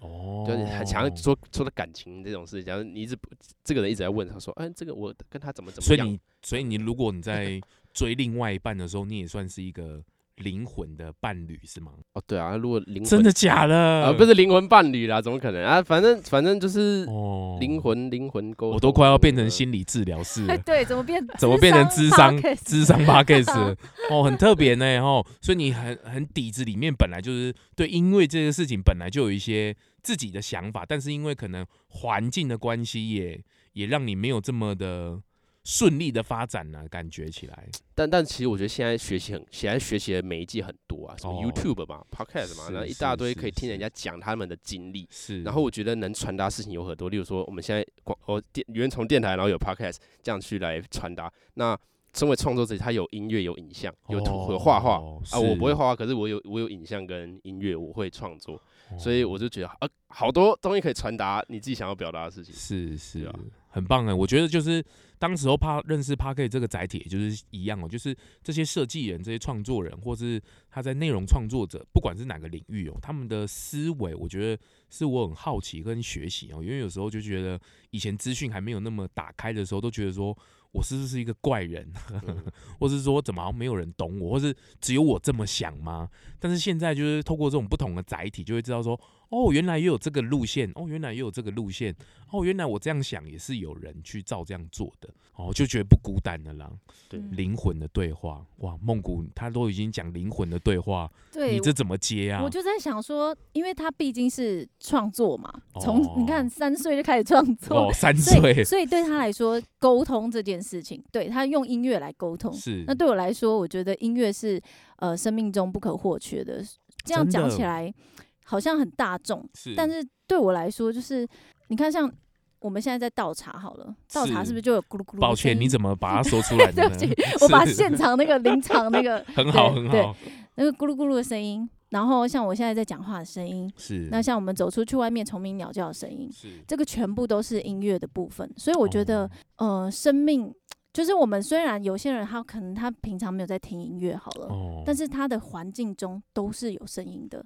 A: 哦，
D: 就是很想要说说的感情这种事情，然后你一直不这个人一直在问他说，哎，这个我跟他怎么怎么
A: 所以
D: 样，
A: 你，所以你，如果你在追另外一半的时候，你也算是一个灵魂的伴侣是吗？
D: 哦对啊，如果灵魂
A: 真的假的？
D: 啊不是灵魂伴侣啦，怎么可能啊？反正反正就是
A: 哦
D: 灵，魂灵魂沟通，
A: 我都快要变成
D: 新
A: 心理治疗师
C: 哎。
A: 了
C: 对，怎么变
A: 怎么变成智商
C: podcast？
A: 智商 p a c k a s 哦，很特别呢哦，所以你很很底子里面本来就是对音乐这个事情本来就有一些自己的想法，但是因为可能环境的关系也，也让你没有这么的顺利的发展呢、感觉起来。
D: 但但其实我觉得现在学习很，现在学习的媒介很多啊，什么
A: 哦
D: YouTube 嘛、Podcast 嘛，
A: 是
D: 然后一
A: 是
D: 大堆
A: 是
D: 可以听
A: 是
D: 人家讲他们的经历。
A: 是，
D: 然后我觉得能传达事情有很多，例如说我们现在广哦电原从电台，然后有 Podcast 这样去来传达。那身为创作者，他有音乐、有影像、有图、有画画
A: 哦
D: 啊。我不会
A: 是
D: 画画，可是我有我有影像跟音乐，我会创作，
A: 哦
D: 所以我就觉得啊，好多东西可以传达你自己想要表达的事情。
A: 是是
D: 啊
A: 很棒哎！我觉得就是当时候怕认识 p a r k 这个载体，也就是一样哦，就是这些设计人、这些创作人，或是他在内容创作者，不管是哪个领域哦，他们的思维，我觉得是我很好奇跟学习哦，因为有时候就觉得以前资讯还没有那么打开的时候，都觉得说。我是不是一个怪人，
D: 嗯
A: 或是说怎么好像没有人懂我，或是只有我这么想吗？但是现在就是透过这种不同的载体，就会知道说，哦，原来也有这个路线，哦，原来也有这个路线，哦，原来我这样想也是有人去照这样做的，哦，就觉得不孤单了啦。
D: 对
C: 嗯
A: 灵魂的对话，哇，梦谷他都已经讲灵魂的对话，
C: 对
A: 你，这怎么接啊
C: 我？就在想说，因为他毕竟是创作嘛，
A: 哦
C: 从你看三岁就开始创作
A: 哦，， 三
C: 所以
A: 岁
C: 所以对他来说，沟通这件事情，对他用音乐来沟通。
A: 是
C: 那对我来说，我觉得音乐是呃生命中不可或缺的。这样
A: 真
C: 讲
A: 的
C: 起来好像很大众，
A: 是，
C: 但是对我来说，就是你看，像我们现在在倒茶好了，倒茶
A: 是
C: 是不是就有咕噜咕噜？
A: 抱歉，你怎么把它说出来的
C: 对
A: 呢
C: 不起？我把
A: 是
C: 现 场那个临场那个
A: 很好
C: 对
A: 很
C: 对
A: 好，
C: 那个咕噜咕噜的声音，然后像我现在在讲话的声音，
A: 是
C: 那像我们走出去外面虫鸣鸟叫的声音，
A: 是，
C: 这个全部都是音乐的部分。所以我觉得
A: 哦，
C: 呃，生命就是我们虽然有些人他可能他平常没有在听音乐好了，
A: 哦，
C: 但
A: 是
C: 是他的环境中都是有声音的。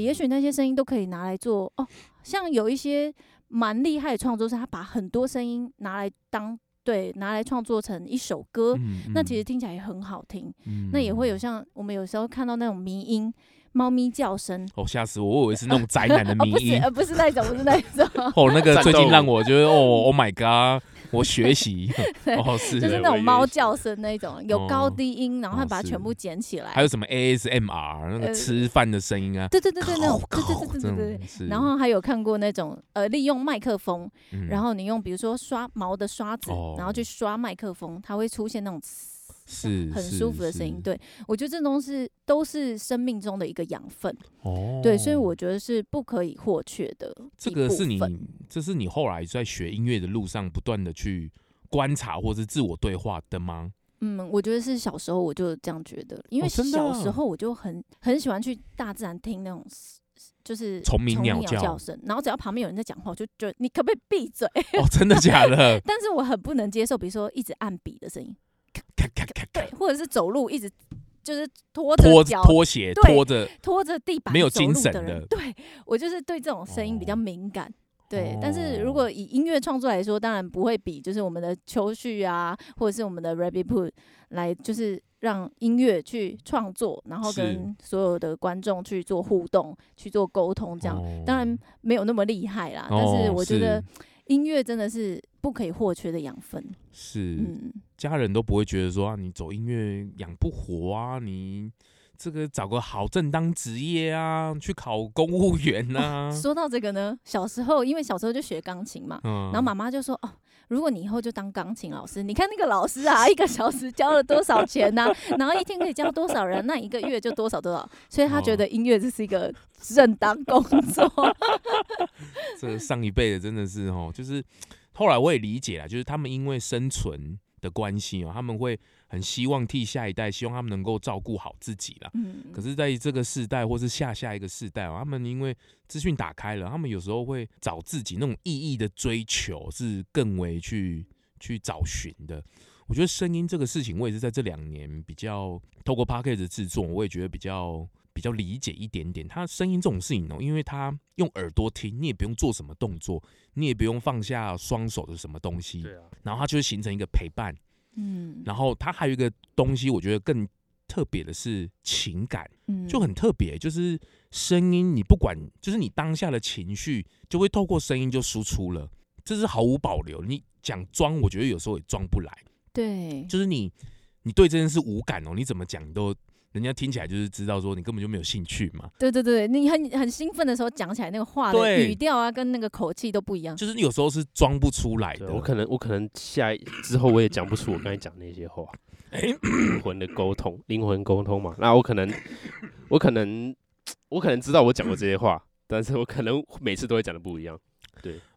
A: 嗯
C: 也许那些声音都可以拿来做哦，像有一些蛮厉害的创作者，他把很多声音拿来当对拿来创作成一首歌，
A: 嗯，
C: 那其实听起来也很好听。
A: 嗯
C: 那也会有
A: 嗯
C: 像我们有时候看到那种迷音，猫咪叫声。
A: 哦，吓死我，我以为是那种宅男的
C: 哦，
A: 迷
C: 不是，
A: 音
C: 呃，不是那种，不是那 种，
A: 哦，那个
D: 战
A: 最近
D: 斗
A: 让
D: 舞
A: 我觉得哦，Oh my god，我 学习 哦，是
C: 就是
A: 的
C: 那
D: 我
C: 种
D: 以为
C: 猫
D: 是
C: 叫声那种，
A: 哦
C: 有高低音，然后
A: 哦
C: 他把它
A: 是
C: 全部捡起来。
A: 还有什么 ASMR 那个
C: 呃
A: 吃饭的声音啊，
C: 对对对对，那种，对对对
A: 这
C: 对对
A: 种是
C: 对。然后还有看过那种，呃，利用麦克风，
A: 嗯
C: 然后你用比如说刷毛的刷子，然
A: 哦
C: 后去刷麦克风，它会出现那种
A: 是
C: 很
A: 是
C: 舒服的声音。
A: 是
C: 对我觉得这东西都是生命中的一个养分，
A: 哦，
C: 对，所以我觉得是不可以或缺的一部分。
A: 这个是你，这是你后来在学音乐的路上不断的去观察或是自我对话的吗？
C: 嗯，我觉得是小时候我就这样觉得，
A: 哦
C: 因为
A: 真的
C: 小时
A: 啊
C: 候我就很很喜欢去大自然听那种 s- s- 就是
A: 虫鸣鸟叫
C: 叫声，然后只要旁边有人在讲话，我就觉得你可不可以闭嘴？
A: 哦，真的假的
C: ？但是我很不能接受，比如说一直按笔的声音，
A: 咔咔咔
C: 对
A: 咔，，
C: 或者是走路一直就是拖
A: 拖
C: 着脚
A: 拖鞋
C: 对
A: 拖着，
C: 拖着地板
A: 没有
C: 走
A: 精
C: 路
A: 神
C: 的人
A: 的，
C: 对我就是对这种声音比较
A: 哦
C: 敏感。对，但是
A: 哦
C: 如果以音乐创作来说，当然不会比就是我们的秋旭啊，或者是我们的 Rabbit p o o 来就是让音乐去创作，然后
A: 是
C: 跟所有的观众去做互动、去做沟通，这样、
A: 哦
C: 当然没有那么厉害啦，但是
A: 哦
C: 我觉得音乐真的是不可以或缺的养分。
A: 是是
C: 嗯，
A: 家人都不会觉得说啊，你走音乐养不活啊，你这个找个好正当职业啊，去考公务员 啊。
C: 说到这个呢，小时候因为小时候就学钢琴嘛，
A: 嗯
C: 然后妈妈就说：“哦，如果你以后就当钢琴老师，你看那个老师啊，一个小时教了多少钱呐、然后一天可以教多少人，那一个月就多少多少。”所以她
A: 哦
C: 觉得音乐这是一个正当工作。
A: 这个上一辈的真的是哦，就是后来我也理解了，就是他们因为生存的关系哦，他们会很希望替下一代，希望他们能够照顾好自己啦。
C: 嗯，
A: 可是，在这个世代或是下下一个世代、哦，他们因为资讯打开了，他们有时候会找自己那种意义的追求是更为去去找寻的。我觉得声音这个事情，我也是在这两年比较透过 p a c k a g e 的制作，我也觉得比较比较理解一点点。它声音这种事情哦，因为它用耳朵听，你也不用做什么动作，你也不用放下双手的什么东西，
D: 对啊，
A: 然后它就会形成一个陪伴。
C: 嗯，
A: 然后它还有一个东西，我觉得更特别的是情感。
C: 嗯
A: 就很特别，就是声音，你不管，就是你当下的情绪，就会透过声音就输出了，这是毫无保留。你讲装，我觉得有时候也装不来，
C: 对，
A: 就是你，你对这件事无感哦，你怎么讲你都，人家听起来就是知道说你根本就没有兴趣嘛，
C: 对对对，你很很兴奋的时候讲起来那个话的
A: 对
C: 语调啊，跟那个口气都不一样。
A: 就是你有时候是装不出来
D: 对
A: 的。
D: 我可能我可能下一之后我也讲不出我刚才讲那些话，
A: 哎，
D: 灵魂的沟通，灵魂沟通嘛。那我可能，我可能，我可能知道我讲过这些话，但是我可能每次都会讲的不一样，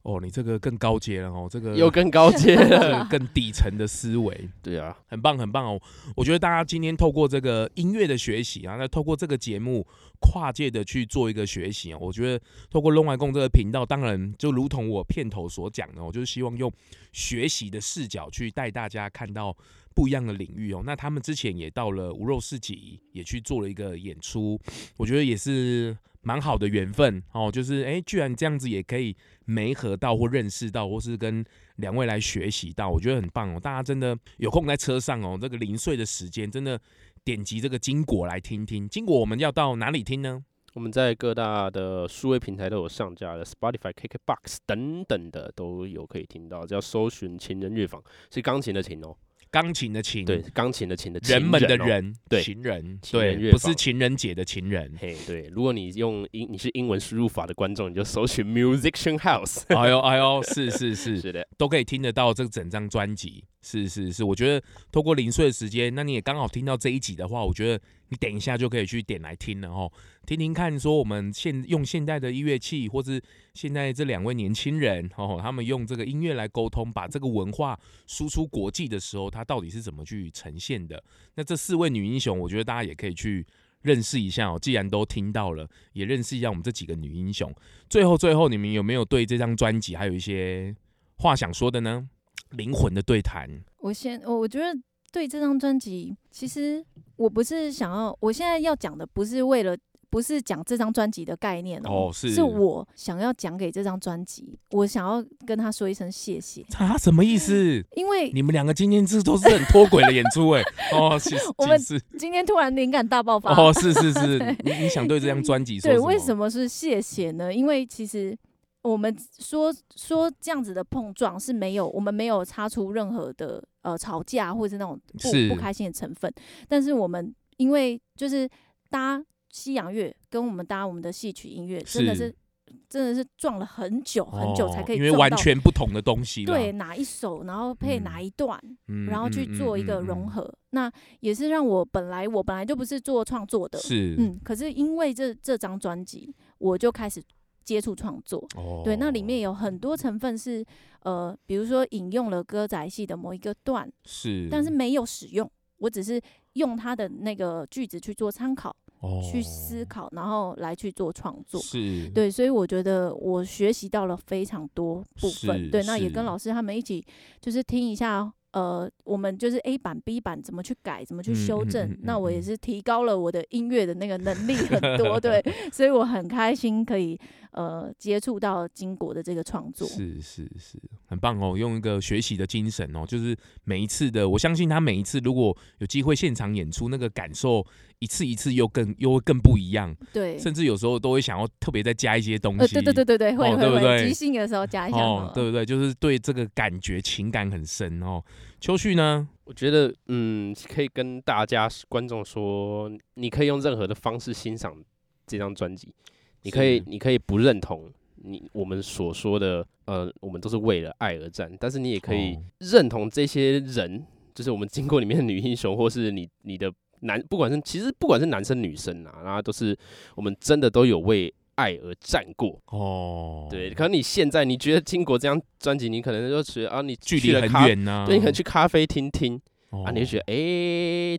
A: 哦，你这个更高阶了哦，这个
D: 又更高 阶
A: 这
D: 了。
A: 个更底层的思维。
D: 对啊，
A: 很棒，很棒哦！我觉得大家今天透过这个音乐的学习啊，那透过这个节目跨界的去做一个学习啊，我觉得透过龙外共这个频道，当然就如同我片头所讲的哦，我就是希望用学习的视角去带大家看到不一样的领域哦。那他们之前也到了无肉市集，也去做了一个演出，我觉得也是蛮好的缘分哦。就是哎，居然这样子也可以媒合到或认识到，或是跟两位来学习到，我觉得很棒哦。大家真的有空在车上哦，这个零碎的时间真的点击这个金果来听听。金果我们要到哪里听呢？
D: 我们在各大的数位平台都有上架了，Spotify、KKBox 等等的都有可以听到，只要搜寻“情人乐坊”，是钢琴的琴哦，
A: 钢琴的琴，
D: 对，，钢琴的琴的
A: 嗯人们的
D: 情哦。
A: 人，
D: 对
A: 情人，
D: 情人
A: 对，
D: 乐
A: 不
D: 坊。
A: 是情人节的情人
D: 嘿对，如果你用英你是英文输入法的观众，你就搜寻 Musician House。
A: 哎呦哎呦，是是是，
D: 是的，
A: 都可以听得到这整张专辑。是是是，我觉得透过零碎的时间，那你也刚好听到这一集的话，我觉得你等一下就可以去点来听了哦，听听看说我们现用现代的音乐器，或是现在这两位年轻人哦，他们用这个音乐来沟通，把这个文化输出国际的时候，它到底是怎么去呈现的？那这四位女英雄，我觉得大家也可以去。认识一下哦，既然都听到了，也认识一下我们这几个女英雄。最后，最后，你们有没有对这张专辑还有一些话想说的呢？灵魂的对谈，
C: 我先，我我觉得对这张专辑，其实我不是想要，我现在要讲的不是为了，不是讲这张专辑的概念哦，
A: 哦是
C: 我想要讲给这张专辑，我想要跟他说一声谢谢，
A: 啊，什么意思？
C: 因为
A: 你们两个今天这都是很脱轨的演出 哎、哦，其实
C: 我们
A: 其实
C: 今天突然灵感大爆发，
A: 哦，是是 是，你你想对这张专辑说
C: 对，
A: 什
C: 为
A: 么？
C: 什么是谢谢呢？因为其实我们说说这样子的碰撞是没有，我们没有擦出任何的呃吵架或者是那种
A: 是
C: 不不开心的成分，但是我们因为就是搭西洋乐跟我们搭我们的戏曲音乐，真的
A: 是
C: 是真的是撞了很久很久才可以
A: 哦因
C: 撞
A: 为
C: 到、
A: 完全不同的东西啦
C: 对，哪一首，然后配哪一段，
A: 嗯
C: 然后去做一个融，合，那也是让我本来我本来就不是做创
A: 嗯嗯嗯
C: 作
A: 嗯
C: 的，
A: 是，
C: 嗯，可是因为这这张专辑，我就开始接触创作。
A: 哦
C: 对，那里面有很多成分是，呃，比如说引用了歌仔戏的某一个段，
A: 是，
C: 但是没有使用，我只是用它的那个句子去做参考、
A: 哦
C: 去思考，然后来去做创作。
A: 是，
C: 对，所以我觉得我学习到了非常多部
A: 是
C: 分。对，那也
A: 是
C: 跟老师他们一起，就是听一下，呃，我们就是 A 版、B 版怎么去改，怎么去
A: 嗯
C: 修
A: 嗯
C: 正。
A: 嗯
C: 那
A: 嗯
C: 我也
A: 嗯
C: 是提高了我的音乐的那个能力很多，对，所以我很开心可以呃接触到金国的这个创作。
A: 是是是，很棒哦！用一个学习的精神哦，就是每一次的，我相信他每一次如果有机会现场演出，那个感受一次一次又更又会更不一样，
C: 对，
A: 甚至有时候都会想要特别再加一些东
C: 呃，
A: 西。
C: 对对对对对，会
A: 哦对
C: 会
A: 不对
C: 会，即兴的时候加一下好
A: 哦
C: 了，，
A: 对不对？就是对这个感觉情感很深哦。秋旭呢？
D: 我觉得，嗯，可以跟大家观众说，你可以用任何的方式欣赏这张专辑。你可以
A: 是，
D: 你可以不认同你我们所说的，呃，我们都是为了爱而战，但是你也可以
A: 哦
D: 认同这些人，就是我们经过里面的女英雄，或是你你的男，不管是其实不管是男生女生啊，然后都是我们真的都有为爱而战过。
A: 哦，
D: 对，可能你现在你觉得经过这张专辑，你可能就觉得啊，你
A: 距
D: 去
A: 离
D: 了
A: 很
D: 咖，
A: 远呢、
D: 对，你可能去咖啡厅听。
A: 哦
D: 啊，你就觉得哎、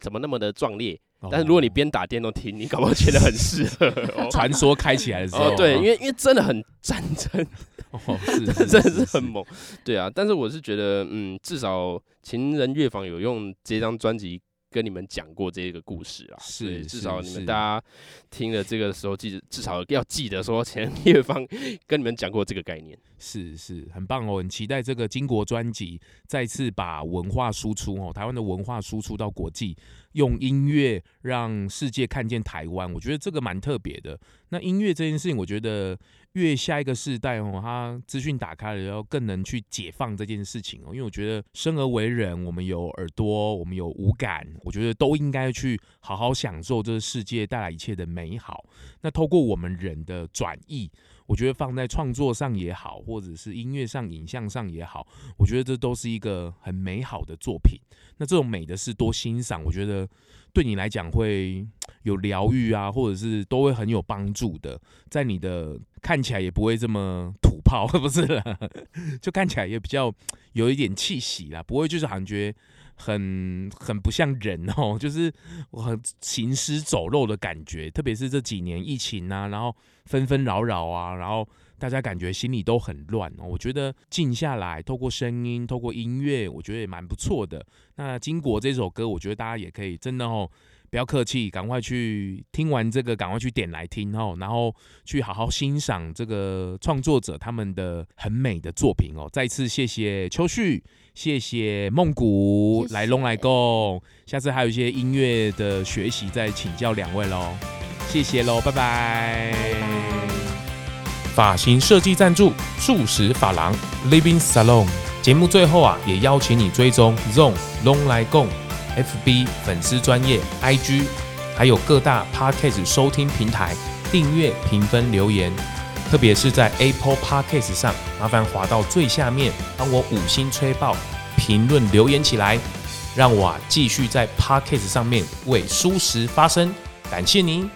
D: 怎么那么的壮烈？
A: 哦
D: 但是如果你边打电动听，你搞不好觉得很适 合哦。
A: 传说开起来的时候，
D: 哦，对，因
A: 为、
D: 为因为真的很战争，
A: 哦、是
D: 真的是很猛，对啊。但是我是觉得，嗯，至少《情人乐坊》有用这张专辑跟你们讲过这个故事啊，
A: 是
D: 对至
A: 是
D: 少你们
A: 是
D: 大家听了这个时候，记得至少要记得说，《情人乐坊》跟你们讲过这个概念。
A: 是是，很棒哦，很期待这个金国专辑再次把文化输出哦，台湾的文化输出到国际，用音乐让世界看见台湾，我觉得这个蛮特别的。那音乐这件事情，我觉得越下一个世代哦，它资讯打开了，要更能去解放这件事情哦，因为我觉得生而为人，我们有耳朵，我们有五感，我觉得都应该去好好享受这个世界带来一切的美好。那透过我们人的转译，我觉得放在创作上也好，或者是音乐上、影像上也好，我觉得这都是一个很美好的作品。那这种美的事多欣赏，我觉得对你来讲会有疗愈啊，或者是都会很有帮助的，在你的看起来也不会这么土炮， 不是啦，就看起来也比较有一点气息啦，不会就是感觉很很不像人哦，就是我很行尸走肉的感觉，特别是这几年疫情啊，然后纷纷扰扰啊，然后大家感觉心里都很乱哦。我觉得静下来，透过声音，透过音乐，我觉得也蛮不错的。那金国这首歌，我觉得大家也可以真的哦，不要客气，赶快去听完这个，赶快去点来听哦，然后去好好欣赏这个创作者他们的很美的作品哦。再次谢谢秋旭，谢谢梦谷
C: 谢谢
A: 来龙来共，下次还有一些音乐的学习再请教两位喽。谢谢喽，拜拜。发型设计赞助素食发廊 Living Salon。节目最后啊，也邀请你追踪 Zone Long 来共 FB 粉丝专业 IG，还有各大 Podcast 收听平台订阅、评分、留言。特别是在 Apple Podcast 上，麻烦滑到最下面，帮我五星吹爆，评论留言起来，让我啊继续在 Podcast 上面为舒适发声。感谢您。